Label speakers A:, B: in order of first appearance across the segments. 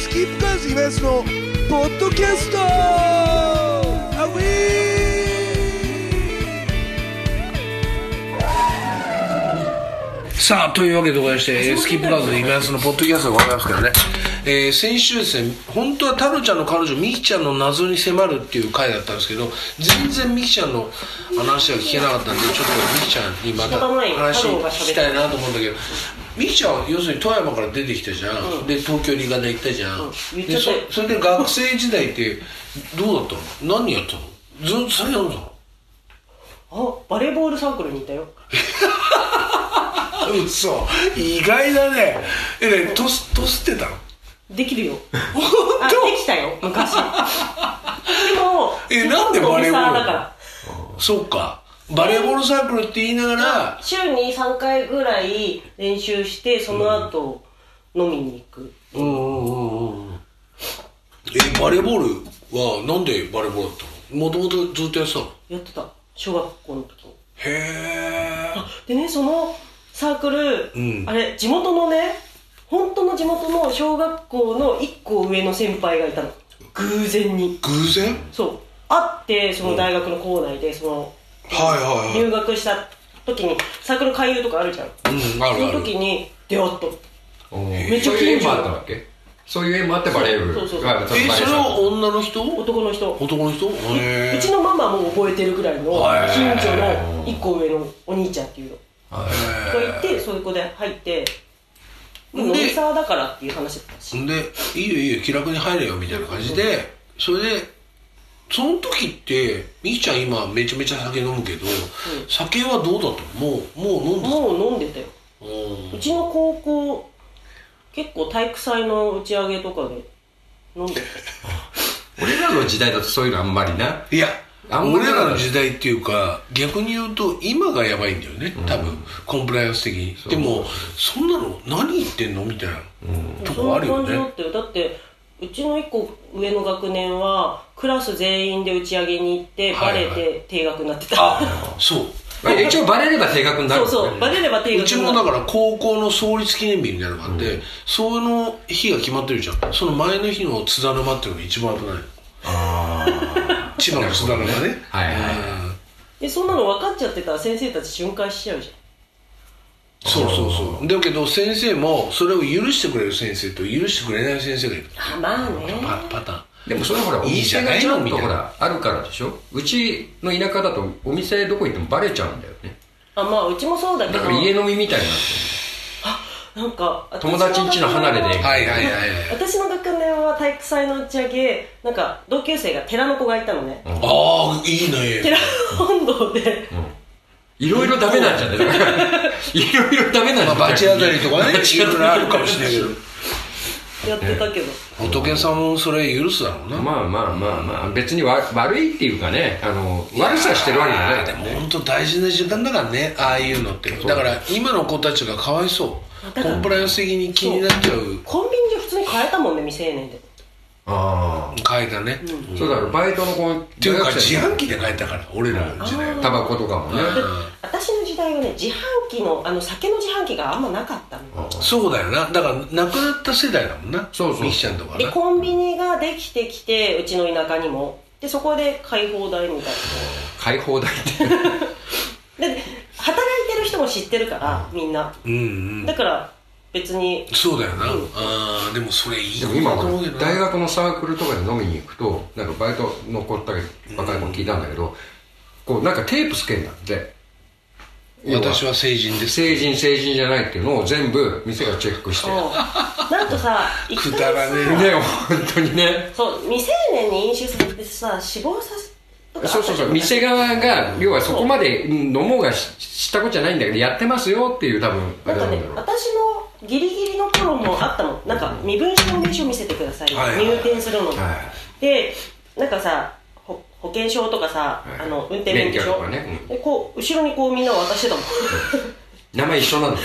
A: スキップカーズイベントのポッドキャストアウさあというわけでございましてえースキップカーズのイベントのポッドキャストでございますけどね、えー先週ですね本当はタロちゃんの彼女ミキちゃんの謎に迫るっていう回だったんですけど全然ミキちゃんの話が聞けなかったんでちょっとミキちゃんにまた
B: 仕方ない
A: 話
B: 太郎が
A: 聞
B: 喋
A: き
B: る
A: たいなと思うんだけどミキちゃんは要するに富山から出てきたじゃん、で東京に行かない行ったじゃん、
B: うん言っち
A: で
B: ゃった
A: そ
B: よ
A: それで学生時代ってどうだったの何やったのずっとそれやんの
B: あバレーボールサークルにいたよ
A: うそ意外だねえねとすとすってたの
B: でき るよ
A: 本
B: あできたよ昔でも
A: えなんでバレーボール
B: サーだから
A: 当そっかバレーボールサークルって言いながら
B: 週に3回ぐらい練習してその後、飲みに行く
A: うんうんうんうんうんえバレーボールはなんでバレーボールだったのもともとずっとやってたの
B: やってた小学校の時に
A: へえ
B: でねそのサークル、
A: うん
B: あれ地元のね本当の地元の小学校の1校上の先輩がいたの偶然に
A: 偶然
B: そう会ってその大学の校内でその
A: はいはいはい
B: 入学した時にサークル勧誘とかあるじゃん
A: うんあ
B: そ
A: るあ
B: の
A: る
B: 時に出会った
C: め
B: めっちゃ
C: そういう
B: 近
C: 縁も
B: 所
C: あったわけそういう縁もあってバレー部
B: そうそうそう
C: がちょっと
A: え
C: バレ
A: そ
C: ー
A: れは
C: 部
A: 女の人
B: 男の人
A: 男の人へ
B: うちのママも覚えてるぐらいの
A: はい
B: 近所の1個上のお兄ちゃんっていうのがいてそういう子で入って
A: で
B: でもサーだからっていう話だったし
A: んで「いいよいいよ気楽に入れよ」みたいな感じでそれでその時ってみきちゃん今めちゃめちゃ酒飲むけど、酒はどうだったのもうもう飲んだ
B: もう飲んでたようちの高校結構体育祭の打ち上げとかで飲んでた
C: 俺らの時代だとそういうのあんまりない
A: や
C: あんまり
A: 俺
C: だから
A: らの時代っていうか逆に言うと今がやばいんだよね多分、コンプライアンス的にでもそんなの何言ってんのみたいな、と
B: そ
A: こ
B: ん
A: あ
B: な
A: るよ
B: 感じ
A: ね
B: だったよだってうちの1個上の学年はクラス全員で打ち上げに行ってバレ
A: はい
B: て定額になってた、
A: あそう
C: まあ一応バレれば定額になる
B: そう
C: も
B: ん
C: ね
B: そうバレれば定
A: う
B: 額
A: ち
B: に
A: も
B: な
A: だ
B: る
A: から高校の創立記念日みたいなのがあって、その日が決まってるじゃんその前の日の津田沼っていうのが一番危ない 千葉の津田沼ね
C: はいはい
A: うん
B: でそんなの分かっちゃってたら先生たち瞬間しちゃうじ
A: そうそうそうだけど先生もそれを許してくれる先生と許してくれない先生がいる
B: ゃんあまあね
A: パパターン
C: でもそれはほらお
A: いいじゃ
C: 店
A: な
C: が
A: い
C: ち
A: の
C: ゃん
A: みた
C: と
A: いな
C: ほらあるからでしょうちの田舎だとお店どこ行ってもバレちゃうんだよね
B: あまあうちもそうだけ
C: だ
B: ど
C: から家飲みみたいになっ
B: なんか私
C: 友達ん家の離れで
B: 学年は
A: はいはいはいはい
B: 私の学年は体育祭の打ち上げなんか同級生が寺の子がいたのね、
A: ああいいね
B: 寺本堂で
C: ていろいろダメなんじゃないだからいろいろダメなんじ
A: ま
C: ゃ
A: あ
C: ない
A: バチ当たりとかね
C: バチ
A: いろいろあるかもしれないけど
B: やってたけど、
A: 仏さんもそれ許すだろうな
C: まあまあまあまあ別にわ悪いっていうかねあの悪さしてるわけじゃない
A: でも本当大事な時間だからねああいうのって
C: う
A: だから今の子たちがかわいそう
B: だか
A: コ
B: ら
A: ンプライアンス的に気になっちゃう
B: コンビニで普通に買えたもんね未成年で
C: あ
A: 変えたね、っ
C: あそうだろバイトの子って
A: いうか自販機で変えたから俺らの時代は
C: タバコとかもね
B: で私の時代はね自販機のあの酒の自販機があんまなかったの
A: そうだよなだから亡くなった世代だもんな
C: そうそう
A: ミキちゃんとか
B: で
A: な
B: コンビニができてきてうちの田舎にもでそこで買い放題みたい
C: 解放台って
B: なで働いてる人も知ってるからみんな
A: うんうん
B: だから別に
A: そうだよな、あーでもそれいい
C: で
A: こ
C: も
A: と
C: 今
A: だと
C: ほ
A: 思うけ
C: ら
A: どな
C: 大学のサークルとかで飲みに行くとなんかバイトの子だけ若い子に聞いたんだけど、こうなんかテープつけんだって
A: 私は成人です
C: 成人成人じゃないっていうのを全部店がチェックして
B: もうなんとさ一
A: くだ
B: 回
A: ら
B: さ
A: ねえ
C: ね本当にね
B: そう未成年に飲酒させてさ死亡させとかあった
C: そうそうそう店側が要はそこまでうん飲もうがししたことじゃないんだけどやってますよっていう多分あ
B: なんか
C: れなんだ
B: ね
C: ろう
B: 私のギリギリの頃もあったもんなんか身分証明書見せてください、
A: はいはい
B: 入店するの、
C: は
B: でなんかさほ保険証とかさ、
C: はい
B: あの運転免許
C: 免許
B: 証
C: とかねうん
B: でこう後ろにこうみんな渡してたもん
C: い名前一緒なんだよね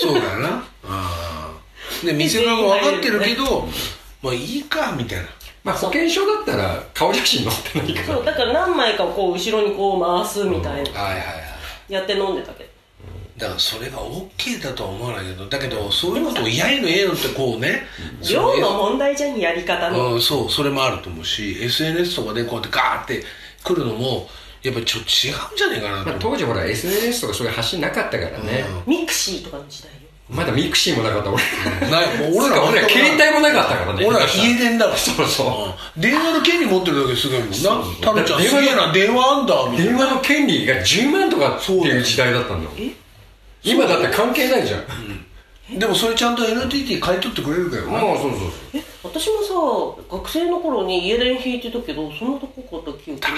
A: そうだよなあーで店側も分かってるけどまあいいかみたいな
C: まあ保険証だったら顔写真載ってな いから
B: そうだから何枚かこう後ろにこう回すみたいな、
A: はいはいはい
B: やって飲んでたけど
A: だからそれが OK だとは思わないけどだけどそういうことをやいのええのってこうねそ
B: 量の
A: の
B: 問題じゃんやり方の
A: うん、そうそれもあると思うし SNS とかでこうやってガーって来るのもやっぱちょっと違うんじゃねえかなと
C: まあ
A: 思う
C: 当時ほら SNS とかそういう発信なかったからね、
B: ミクシーとかの時代よ
C: まだミクシーもなかった俺
A: ないもう
C: 俺
A: 俺
C: ら
A: ら
C: 俺ら携帯もなかったからね
A: 俺ら家電だから
C: そうそ
A: うん電話の権利持ってるだけすごいもんな
C: う
A: タロちゃん
C: 電話
A: すげえな電話あんだみたい
C: 電
A: な
C: 話の権利が10万とかっていう時代だったんだもん今だって関係ないじゃん
A: でもそれちゃんと NTT 買い取ってくれるからよな
C: もうそうそうそう
B: え私もさ学生の頃に家電引いてたけどそんなとこ買った記憶ない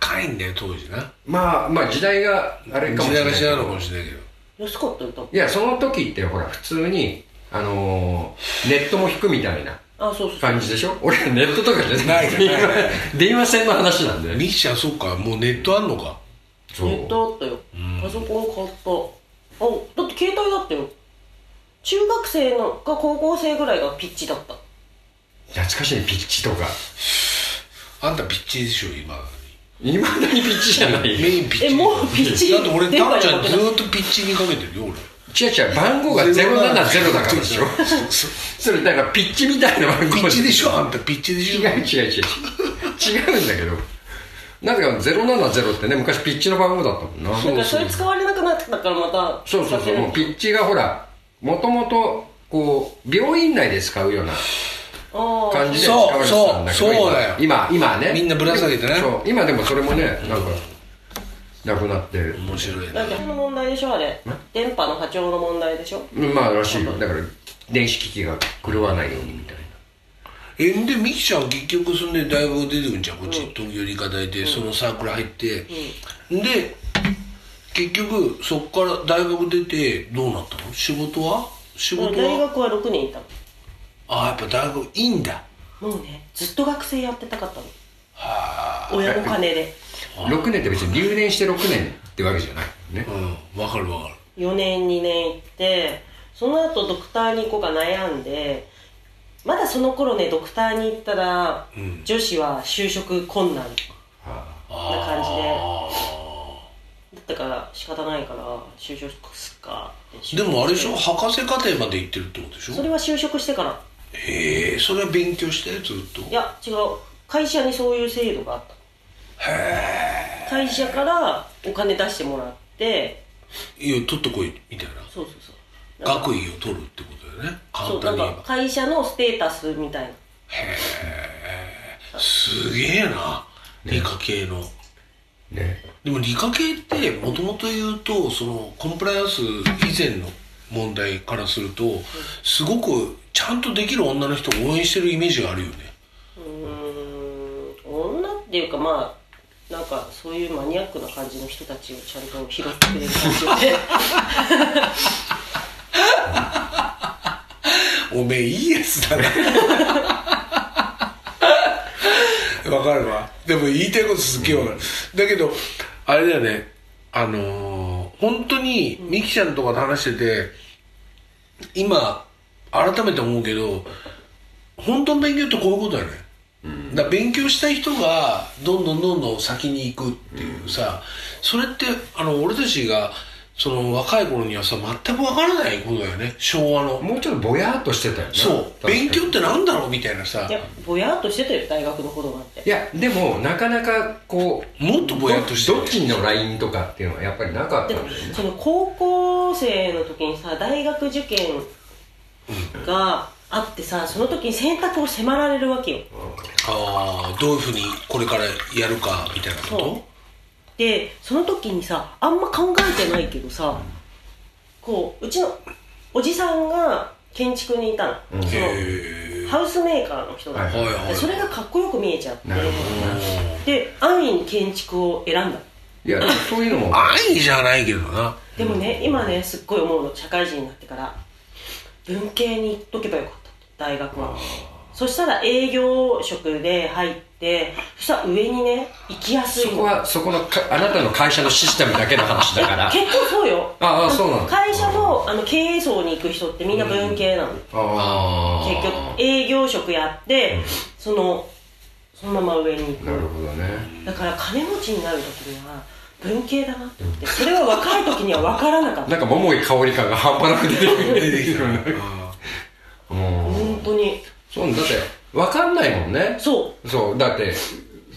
A: 高いんだよ当時な
C: まあまあ時代があれかも
A: 時
C: しれ
A: 代
C: な
A: が
C: い
A: 違うのかもしれないけど
B: 安かったよ多分
C: いやその時ってほら普通にあのーネットも引くみたいな
B: あそうそうそう
C: 感じでしょ俺らネットとかじゃな
A: ない
C: い
A: ないない
C: 電話線の話なんで
A: ミキちゃんそうかもうネットあんのか
C: そう
B: ネットあったよパソコン買ったあだって携帯だったよ中学生のか高校生ぐらいがピッチだった
C: 懐かしいピッチとか
A: あんたピッチでしょ今
C: いまだにピッチじゃ ない
A: メインピッチ
B: えもうピッチ
A: だって俺
B: 電
A: タ
B: 波
A: ロ
B: に
A: ちゃ
B: 乗
A: ん
B: って
A: ず
B: ない
A: ーっとピッチにかけてるよ俺
C: 違う違う番号が070だからでしょ
A: そうそう
C: それだからピッチみたいな番号
A: ピッチでしょあんたピッチで
C: 違
A: し
C: う
A: ょ
C: 違う違う違う違うんだけどなぜか070ってね昔ピッチの番号だったもんな
B: だからそれ使われなくなってたからまた
C: そうそうそうもうピッチがほらもともとこう病院内で使うような
B: ああ
C: 感じで使われてたんだけど
A: そうそうそうだよ
C: 今今ね
A: みんなぶら下げてね
C: そう今でもそれもねなんかなくなって
A: 面白い
B: だっ
A: ね
B: てその問題でしょあれ電波の波長の問題でしょ
C: まあらしいよだから電子機器が狂わないようにみたいな
A: えでミキちゃん結局そんで大学出てくんじゃんこっち東京理科大でそのサークル入ってで結局そっから大学出てどうなったの仕事は仕事
B: 大
A: は
B: 学は6年いた
A: あやっぱ大学いいんだ
B: のもうねずっと学生やってたかったの親の金で
C: 6年って別に留年して6年ってわけじゃないね
A: うんわかるわかる
B: 4年2年行ってその後ドクターに行こうか悩んでまだその頃ねドクターに行ったら、女子は就職困難な感じでだったから仕方ないから就職すっかって
A: でもあれでしょ博士課程まで行ってるってことでし
B: そ
A: ょ
B: れは就職してから
A: へえそれは勉強してずっと
B: いや違う会社にそういう制度があった会社からお金出してもらって
A: いや取ってこいみたいな
B: そうそうそうなんか
A: 学位を取るってことだよね簡
B: そうな
A: 単
B: ん
A: に言え
B: か
A: ば
B: 会社のステータスみたいな
A: すげえな理科系の、
C: ね
A: でも理科系ってもともと言うとそのコンプライアンス以前の問題からするとすごくちゃんとできる女の人を応援してるイメージがあるよね
B: うーん女っていうかまあなんかそういうマニアックな感じの人たちをちゃんと拾ってくれる感じで
A: おめえいいやつだな わかるわでも言いたいことすっげえわかる、だけどあれだよねあのー、本当にミキちゃんとかと話してて今改めて思うけど本当の勉強ってこういうことだよね、だから勉強したい人がどんどんどんどん先に行くっていうさ、それってあの俺たちがその若い頃にはさ全くわからないことだよね昭和の
C: もうちょっとぼやっとしてたよね
A: そう勉強ってなんだろうみたいなさ
B: いやぼやっとしてたよ大学の頃なんて
C: いやでもなかなかこう
A: もっとぼやっとしてる
C: どどっちのラインとかっていうのはやっぱりなかった
B: で
C: ん
B: も
C: だよね
B: その高校生の時にさ大学受験があってさその時に選択を迫られるわけよ
A: ああどういうふうにこれからやるかみたいなこ
B: そ
A: と
B: でその時にさあんま考えてないけどさこううちのおじさんが建築にいたの,、その
A: へえ
B: ハウスメーカーの人だ
C: はい
A: はいはい
B: でそれがかっこよく見えちゃって
C: なるほど
B: で安易に建築を選んだ
C: いやそういうのも
A: 安易じゃないけどな
B: でもね、今ねすっごい思うの社会人になってから文系に行っとけばよかったと大学はそしたら営業職で入ってそしたら上にね行きやすい
C: そ
B: の
C: こはそこのかあなたの会社のシステムだけの話だ から
B: 結構そうよ
C: ああそうなの
B: 会社のあの経営層に行く人ってみんな文系なの、
C: あ
B: 結局営業職やって、そのそのまま上に行
C: なる
B: く
C: ほどね
B: だから金持ちになる時には文系だなって思ってそれは若い時には分からなかった
C: なんか桃井かおり感が半端なく出てくる
A: 出てきたね
C: うん
B: 本当に
C: そうだって分かんないもんね
B: そう
C: そうだって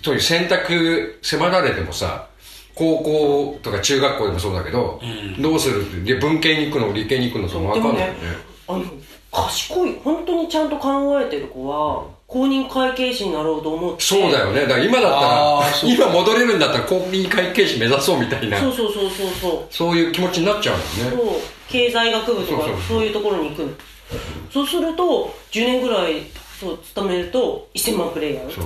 C: そういう選択迫られてもさ高校とか中学校でもそうだけど、どうするってで文系に行くの理系に行くのとも
B: で
C: 分か
B: も
C: んない
B: ね
C: よね
B: あの賢い本当にちゃんと考えてる子は公認会計士になろうと思って
C: そうだよねだから今だった
A: あ
C: ら
A: ーそう
C: 今戻れるんだったら公認会計士目指そうみたいな
B: そうそうそうそうそう
C: そういう気持ちになっちゃうもんね
B: そう経済学部とか
C: そうそうそう
B: そういうところに行くのそうすると10年ぐらいそう勤めると1000万プレイヤー
C: そう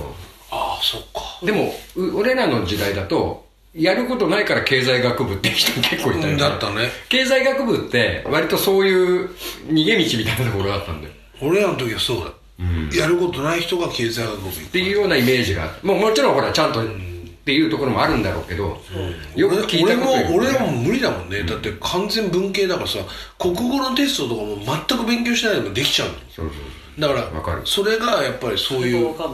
A: ああそっか
C: でもう俺らの時代だとやることないから経済学部って人結構いたよね
A: だったね
C: 経済学部って割とそういう逃げ道みたいなところだったんだよ
A: 俺らの時はそうだ、やることない人が経済学部行
C: っ
A: く
C: ていうようなイメージがあってもうもちろんほらちゃんとっていうところもあるんだろうけど、よく聞いたことより
A: 俺も
C: ね
A: 俺も無理だもんね、だって完全文系だからさ国語のテストとかも全く勉強しないでもできちゃうの
C: そうそう
A: だから
C: わかる
A: それがやっぱりそう
B: 国
A: い
B: 語
A: う
B: が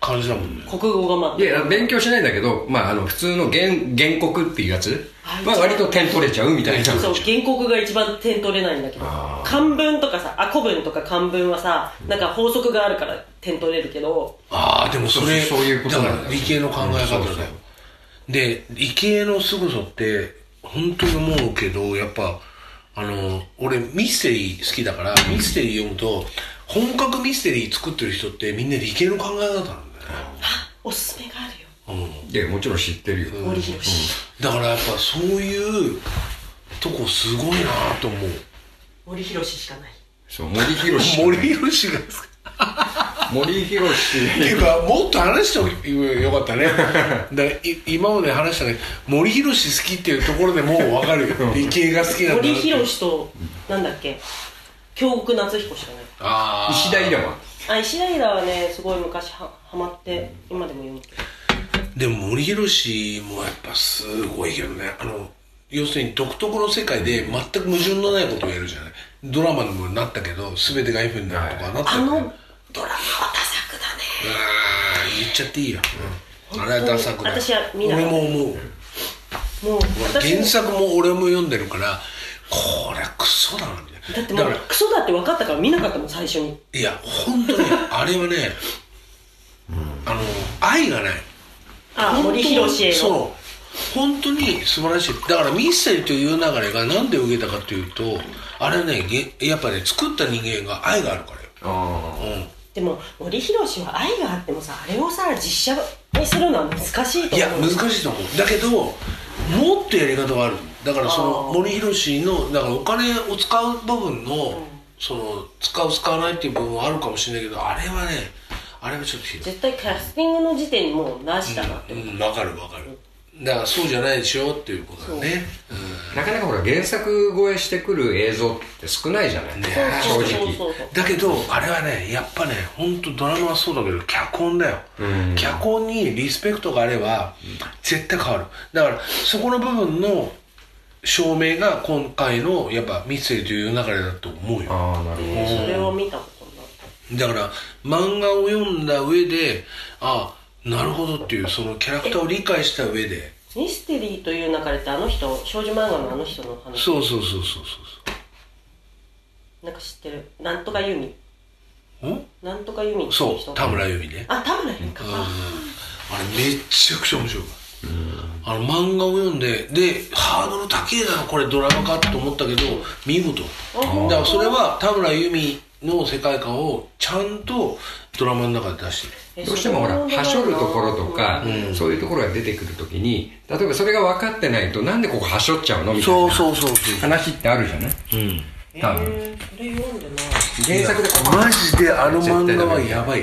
A: 感じだもんね、
B: 国語がまあ
C: いや勉強しないんだけど、まあ、あの普通の原原告っていうやつ
B: はい
C: は割と点取れちゃうみたいな
A: そう
B: そう原告が一番点取れないんだけど
C: あー
B: 漢文とかさあ古文とか漢文はさなんか法則があるから点取れるけど
A: ああでもそれ
C: そうそういうことなんだよ
A: から理系の考え方だよ、
C: うんそうそう
A: で理系の凄さって本当に思うけどやっぱあの俺ミステリー好きだからミステリー読むと本格ミステリー作ってる人ってみんな理系の考え方なんだよね
B: おすすめがあるよ
C: いやもちろん知ってるよ、
B: 森博
A: だからやっぱそういうとこすごいなと思う
B: 森博しかない
C: そう森博
A: 森吉がですか
C: 森博
A: っていうかもっと話してもよかったねだからい今まで話したね森博好きっていうところでもう分かるよ理系が好きなんだな
B: 森博となんだっけ京極夏彦しかない
A: あー
C: 石田イラは
B: あ石田イラはねすごい昔はハマって今でも読む
A: でも森博もやっぱすごいけどねあの要するに独特の世界で全く矛盾のないことをやるじゃないドラマにもなったけど全てが F になるとかなった
B: あ
A: よね
B: のドラマはダ作だね
A: あー言っちゃっていいや、あれはダサくない
B: 私は見なか
A: 俺
B: った
A: も思う
B: もう私
A: 原
B: も
A: 作も俺も読んでるからこれクソだなみたいな
B: だっても
A: か
B: うクソだって分かったから見なかったもん最初に
A: らいや本当にあれはね、あの愛がない
B: あ森博氏への
A: そう本当に素晴らしいだからミステリーという流れがなんで受けたかというとあれねげやっぱね作った人間が愛があるからよ
C: ああ
B: でも森博氏は愛があってもさあれをさ実写にするのは難しいと思
A: い
B: うい
A: や難しいと思うだけどもっとやり方があるだからそ
B: あ
A: の
B: ー
A: 森博のだからお金を使う部分の、その使う使わないっていう部分はあるかもしれないけどあれはねあれはちょっとひどい
B: 絶対キャスティングの時点にもうなしだなって、
A: うんわかるわかるだからそうじゃないでしょっていうことだね
C: なかなかほら原作超えしてくる映像って少ないじゃない、
A: ね
C: 正
B: そう
C: 直
B: そうそうそう
A: うんだけどあれはねやっぱね本当ドラマはそうだけど脚本だよ、
C: うん
A: 脚本にリスペクトがあれば絶対変わるだからそこの部分の証明が今回のやっぱミステリーという流れだと思うよ
C: ああなるほど
B: でそれを見たことになった
A: だから漫画を読んだ上であなるほどっていうそのキャラクターを理解した上で
B: ミステリーという流れってあの人少女漫画のあの人の話
A: そうそうそうそうそう
B: なんか知ってるなんとか由美
A: そうん
B: なんとか由美っていう
A: そ
B: 人
A: う田村由美ね
B: あ田村由美か
A: あれめっちゃくちゃ面白いあの漫画を読んででハードル高えなこれドラマかと思ったけど見事
B: あ
A: だからそれは田村由美の世界観をちゃんとドラマの中で出してる
B: え
C: どうしてもほら
B: それ
C: はしょるところとか、そういうところが出てくるときに例えばそれが分かってないとなんでここはしょっちゃうのみたいな
A: うそうそ
C: 話ってあるじゃない
A: うん
C: 多分
B: えーそれ読んでない
C: 原作でこう
A: マジであの漫画はやばい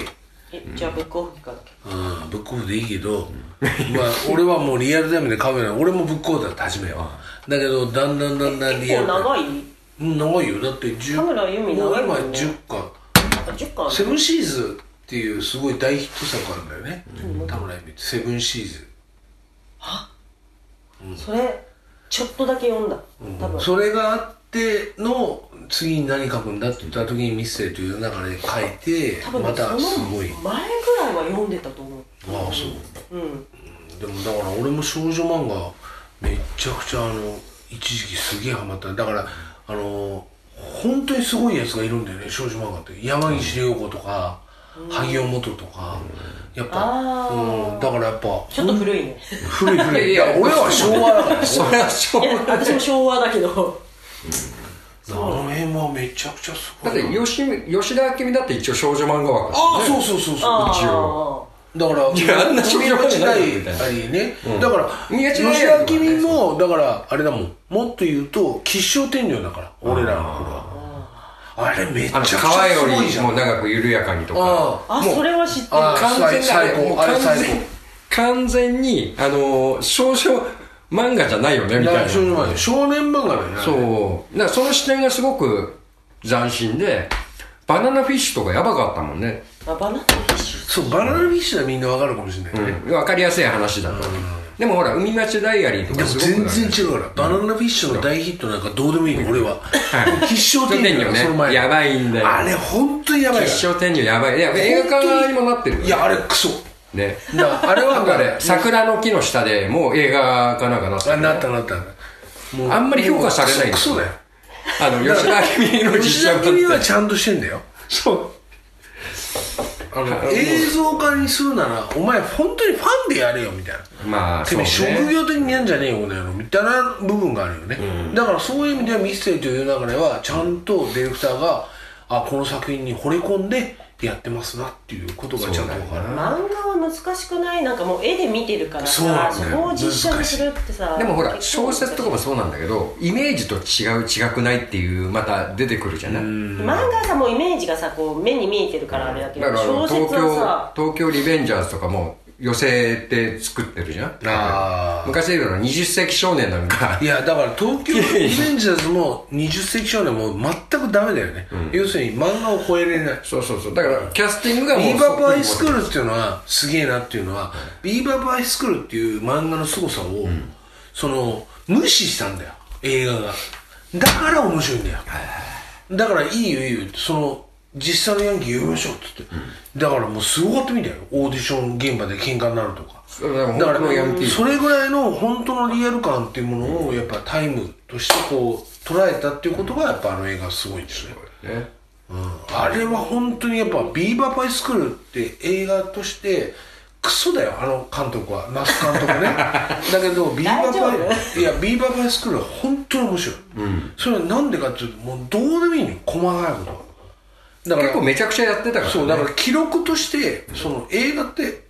B: えじゃあブックオフか
A: うん、ブックオフでいいけど、まあ、俺はもうリアルタイムでカメラ俺もブックオフだった初めはだけどだんだんだんだんリア
B: 結
A: ル
B: 構長い
A: うん長いよだって10
B: 田村由美長いもんね
A: もう今10巻
B: あ10巻ある
A: セブンシーズっていうすごい大ヒット作あるんだよね、田村由美ってセブンシーズ、
B: それちょっとだけ読んだ多分
A: それがあっての次に何書くんだって言った時にミステリーという中で書いて
B: 多分
A: ま
B: ね
A: た
B: そ
A: す
B: の
A: ごい
B: 前
A: あ
B: ぐらいは読んでたと思う
A: あそう
B: うん
A: でもだから俺も少女漫画めっちゃくちゃあの一時期すげえハマっただからあの本当にすごいやつがいるんだよね少女漫画って山岸涼子とか、萩尾元とか、やっぱ、
B: あー
A: うん、だからやっぱ
B: ちょっと古 いね
A: 古い古い
C: い
A: いや
C: や
A: 俺は昭和だから
C: それはしょう
B: いや
C: がない
B: 私も昭和だけど
A: あの辺はめちゃくちゃすご
C: だ
A: い
C: っ
A: な
C: て吉吉田明美だって一応少女漫画枠だ
A: ああ
C: もんね
A: そうそうそうそう
B: あ
C: 応
A: だから
C: いやあんな職業
A: 時
C: じゃない
A: 代
C: よみたいな
A: ありね、
C: うん
A: だから
C: 見間違え
A: 吉
C: ない
A: 田
C: よ
A: 君もだからあれだもんもっと言うと吉祥天領だから俺らの頃はあれめっち
C: あ
A: ゃ
C: の
A: くちゃす
C: 川よ
A: ごいじ
C: り
A: ゃん
C: も長く緩やかにとか
B: ああ
C: もう
B: それは知って
A: あ
B: る
C: 完全に
A: 最最高
C: もう完全
A: あれ最高
C: 完全にあの少女漫画じゃないよねみ
A: だか
C: たい
A: ら少年漫
C: な
A: 画少年漫画だよね
C: そうだからその視点がすごく斬新でバナナフィッシュとかやばかったもんね、
B: あバナナフィッシュ
A: そうバナナフィッシュはみんなわかるかもしれないね、
C: 分かりやすい話だと、でもほら海町ダイアリーと
A: で
C: か
A: も
C: すご
A: 全
C: く
A: 然違うから、バナナフィッシュの大ヒットなんかどうでもいいの、俺は。必勝点
C: 天
A: だ
C: 女
A: よ、その
C: ね
A: 前。
C: やばいんだよ
A: あれ、本当にやばいから
C: 決勝天女やばいいや映画化にもなってるよね
A: いや、あれ、クソ。
C: ね
A: だからあれは
C: なん
A: もう
C: かね桜の木の下でもう映画かなんかなっ
A: あ
C: たよね
A: なったなったもう
C: あんまり評価されないん
A: ク
C: ですよ
A: ソだよ
C: あの吉田君の
A: 吉
C: 実写
A: 田
C: 版
A: 君はちゃんとしてんだよ
C: そう
A: あの映像化にするならお前本当にファンでやれよみたいな
C: まあ
A: て
C: そう
A: めえ
C: ね
A: 職業的にやんじゃねえよこの野郎みたいな部分があるよね、だからそういう意味ではミステリーという流れはちゃんとディレクターがあこの作品に惚れ込んでやってますなっていうことがちゃんと分かる
B: 漫画は難しくないなんかもう絵で見てるから
A: そうな
B: さ
A: んだ
B: そ
A: よ
B: こを実写にするってさ
C: でもほら
B: 結構
C: 小
B: 難しい
C: 説とかもそうなんだけどイメージと違う違くないっていうまた出てくるじゃない
B: 漫画はさもうイメージがさこう目に見えてるからあれだけ
C: だ
B: ど
C: からあの
B: 小
C: 東
B: 説は
C: 京
B: さ
C: 東京リベンジャーズとかも寄せて作ってるじゃん
A: あー
C: 昔で言うの20世紀少年なんか
A: いやだから東京リベンジャーズも20世紀少年も全くダメだよね、要するに漫画を超えれない
C: そうそうそうだからキャスティングがもう
A: ビーバップアイスクールっていうのはすげえなっていうのは、ビーバップアイスクールっていう漫画の凄さを、その無視したんだよ映画がだから面白いんだよだからいいよいいよってその実際のヤンキー読みましょうって言って、だからもうすごかったみたいよオーディション現場で喧嘩になるとか
C: そうだから
A: だから
C: 本当のヤンキー
A: それぐらいの本当のリアル感っていうものをやっぱタイムとしてこう捉えたっていうことがやっぱあの映画すごいんですね
C: ね
A: あれは本当にやっぱビーバーパイスクールって映画としてクソだよあの監督は那須監督 ねだけどビーバー
B: 大丈
A: パイいやビーバーパイスクールは本当に面白い、それはなんでかっていうともうどうでもいいのよ細かいことはだから
C: 結構めちゃくちゃやってたからね
A: そうだから記録としてその映画って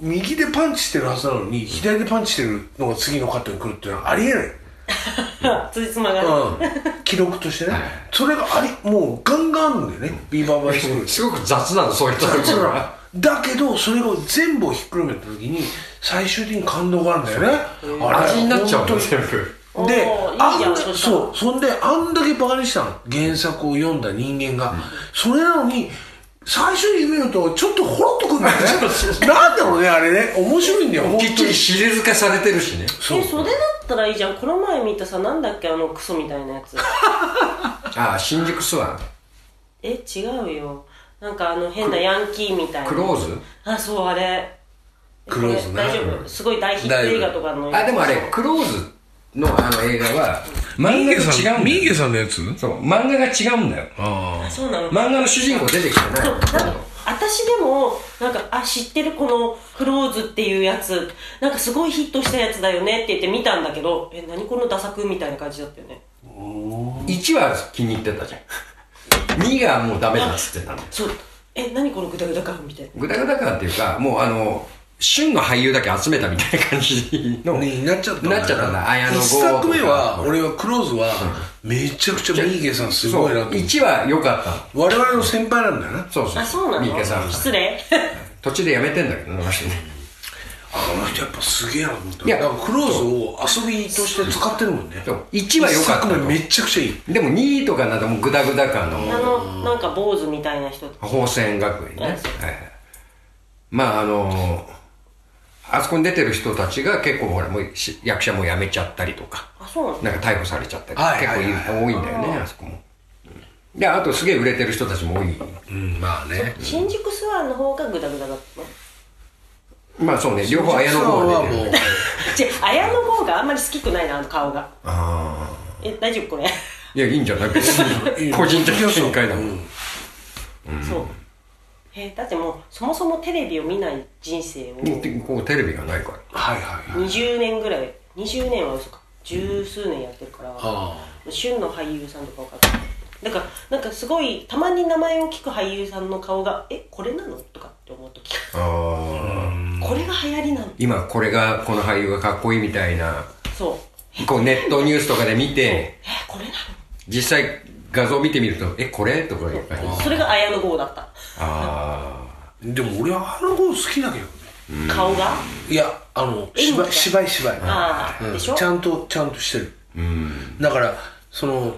A: 右でパンチしてるはずなのに左でパンチしてるのが次のカットに来るっていうのはありえない
B: つじつまが合う
A: うん、記録としてね、それがありもうガンガンあるんだよね、ビーバーバイスクール
C: すごく雑なのそういったところが
A: だけどそれを全部をひっくるめた時に最終的に感動があるんだよねあれ
C: 味になっちゃうもん
A: 本
C: 全部
A: 当にで
B: おー
A: あ
B: いいじゃん
A: ん
B: そしたら
A: そうそんであんだけバカにしたの原作を読んだ人間が、それなのに最初に見るとちょっとほろっとくるんだよねなんだろうねあれね面白いんだよ本
C: きっ
A: 当
C: ち
A: に
C: りシリーズ化されてるしね
A: そう
B: えそれだったらいいじゃんこの前見たさなんだっけあのクソみたいなやつ
C: ああ新宿スワン
B: え違うよなんかあの変なヤンキーみたい
C: クロ
B: な
C: ーズ
B: あそうあれ
A: クローズね
B: 大丈夫すごい大ヒット映画とかの
C: あでもあれクローズのあの映画は漫画が違うんだよ
A: さんのやつ
C: そう漫画が違うんだよ
A: あ
B: そうなの
C: 漫画の主人公出てきてない
B: そうなんか私でもなんかあ知ってるこのクローズっていうやつなんかすごいヒットしたやつだよねって言って見たんだけどえ何このダサ作みたいな感じだったよね
C: 1は気に入ってたじゃん2がもうダメだっつってたの
B: そうえ何このグダグダ感みたいな
C: グダグダ感っていうかもうあの旬の俳優だけ集めたみたいな感じの、
A: あになっちゃったんだよ
C: なっちゃったんだ綾野剛
A: 一
C: とか
A: 作目は俺はクローズはめちゃくちゃミーゲさんすごいなと思って
C: 1は良かったの
A: 我々の先輩なんだよな
C: そうそう
B: あそうな
C: 三池
B: の
C: さん
B: 失礼
C: 途中でやめてんだけどね私ね
A: あの人やっぱすげえなと思った
C: いや
A: だからクローズを遊びとして使ってるもんね
C: そう一は良かっ
A: 一
C: た
A: 作目めちゃくちゃいい
C: でも2とかなんかもうグダグダ感の
B: あのなんか坊主みたいな人
C: 宝泉学院ね、
B: うん
C: はいまああのあそこに出てる人たちが結構ほらもうし役者も辞めちゃったりとか
B: あそうなの
C: なんか逮捕されちゃったり、
A: はいはいはい
C: 結構多いんだよねあそこも、うんであとすげえ売れてる人たちも多い
A: うんまあね
B: 新宿スワンの方がグダグダだったの
C: まあそうね両方綾野剛が出て
A: う
C: る
B: 違う綾の方があんまり好きくないなあの顔が
C: あ
B: え大丈夫これ、
C: あいやいいんじゃない別
A: いい
C: に
A: よ
C: 個人的見解だもん、
A: うん
B: そうえだってもうそもそもテレビを見ない人生を
C: こうテレビがないから
A: はいはいはい
B: 20年ぐらい20年は嘘か十数年やってるから
A: あ
B: 旬の俳優さんとか分かってだからなんかすごいたまに名前を聞く俳優さんの顔が「えこれなの?」とかって思う時
C: ああ
B: これが流行りなの
C: 今これがこの俳優がかっこいいみたいな
B: そう
C: こうネットニュースとかで見て
B: 「えこれな
C: 実際画像見てみるとえこれとか言ったり
B: の?」それが綾野剛だった
C: あ
A: あでも俺はあの方好きだけどね
B: 顔が
A: いやあの
B: 演技
A: 芝
B: か
A: 居芝居芝居
B: ああ
A: うん
B: でしょ
A: ちゃんとちゃんとしてる
C: あうん
A: だからその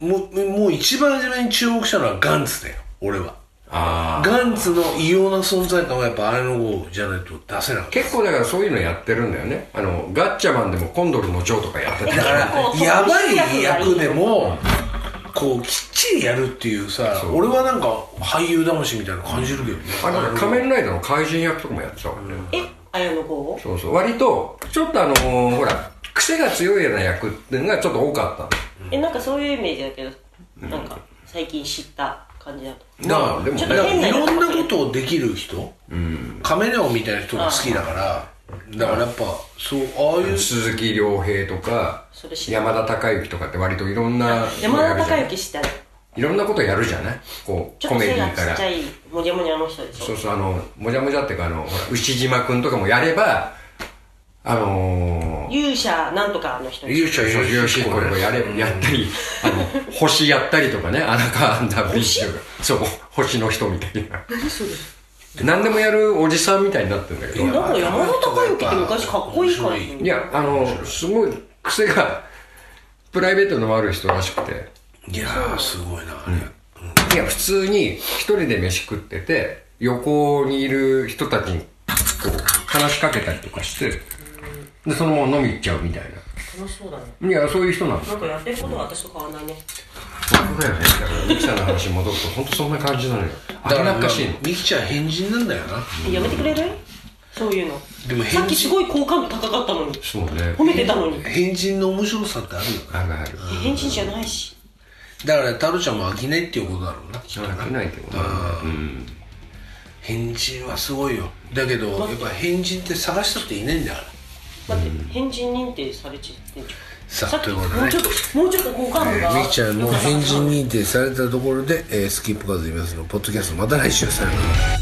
A: ももう一番初めに注目したのはガンツだよ俺は
C: ああ
A: ガンツの異様な存在感はやっぱあれの号じゃないと出せなかった
C: 結構だからそういうのやってるんだよねあのガッチャマンでもコンドルのジョーとかやってた
A: だから
B: こう
A: やばい役でもこうきっちりやるっていうさ
C: そう
A: 俺はなんか俳優魂みたいなの感じるけどね
C: あの仮面ライダーの怪人役とかもやってたからね、
B: え綾野剛を
C: そうそう割とちょっとあのーほら癖が強いような役っていうのがちょっと多かったの
B: えなんかそういうイメージだけどなんか最近知った感じだと
A: だか
C: ま
A: ら
C: あでも
A: だ
B: ちょっ
A: か
B: と
A: ら
B: 変
A: い
B: な
A: ろんなことをできる人カメレオンみたいな人が好きだからだからやっぱそうああいう
C: 鈴木亮平とか
B: それ知ら
C: 山田孝之とかって割といろんな
B: 山田孝
C: い
B: 之知ったら
C: ろんなことやるじゃないこ
B: ち
C: う
B: ょっと
C: コメ
B: 背
C: デ
B: が
C: ィー
B: ち
C: か
B: っ
C: ら
B: ちゃいもじゃもじゃの人でしょ
C: そうそうあのもじゃもじゃっていうかあのほら牛島君とかもやればあのー
B: 勇者なんとかの人でしょ
A: 勇者
C: そう
A: 勇
C: いう
A: 者
C: シーンこれもやれ、やったり、あの、星やったりとかね、あなんかあんだ、ビッシュが。そう、星の人みたいな。
B: 何それ
C: 何でもやるおじさんみたいになってるんだけど。
B: だから山田孝之って昔かっこいい感
A: 面
B: じ
C: いや、あの、すごい癖が、プライベートの悪い人らしくて。
A: いやーすごいなあれ
C: いや、普通に一人で飯食ってて、横にいる人たちに、こう、話しかけたりとかして、で、そのまま飲み行っちゃうみたい
B: 楽しそうだね
C: な。いや、そういう人なんです
B: な
C: よ。
B: んかやってることは私と変わらないね
C: 本当だよね。だから、ミキさんの話に戻ると、本当そんな感じなのよ。あれなっかしいの。
A: ミキちゃん変人なんだよな
B: やめてくれるそういうの
A: でも
B: さっ
A: 変
B: きす
A: 人
B: ごい好感度高かったのに
C: そうね
B: 褒。めてたのに
A: 変人の面白さってあるよな
C: あるある。
B: 変身じゃないし
A: だから太郎ちゃんも飽きないっていうことだろうなきっと
C: なんか
A: な
C: 来ないけどね。うん。
A: 変人はすごいよだけどやっぱ変人って探したっていないんだから
B: だって変人認定されちゃってんじゃ
A: さ
B: ん
A: あ
B: さっき
A: という
B: も
A: ことで
B: う
A: ね
B: ちょっともうちょっと好感度が
A: みきちゃんの変人認定されたところで、えースキップカズイメスのポッドキャストまた来週さよなら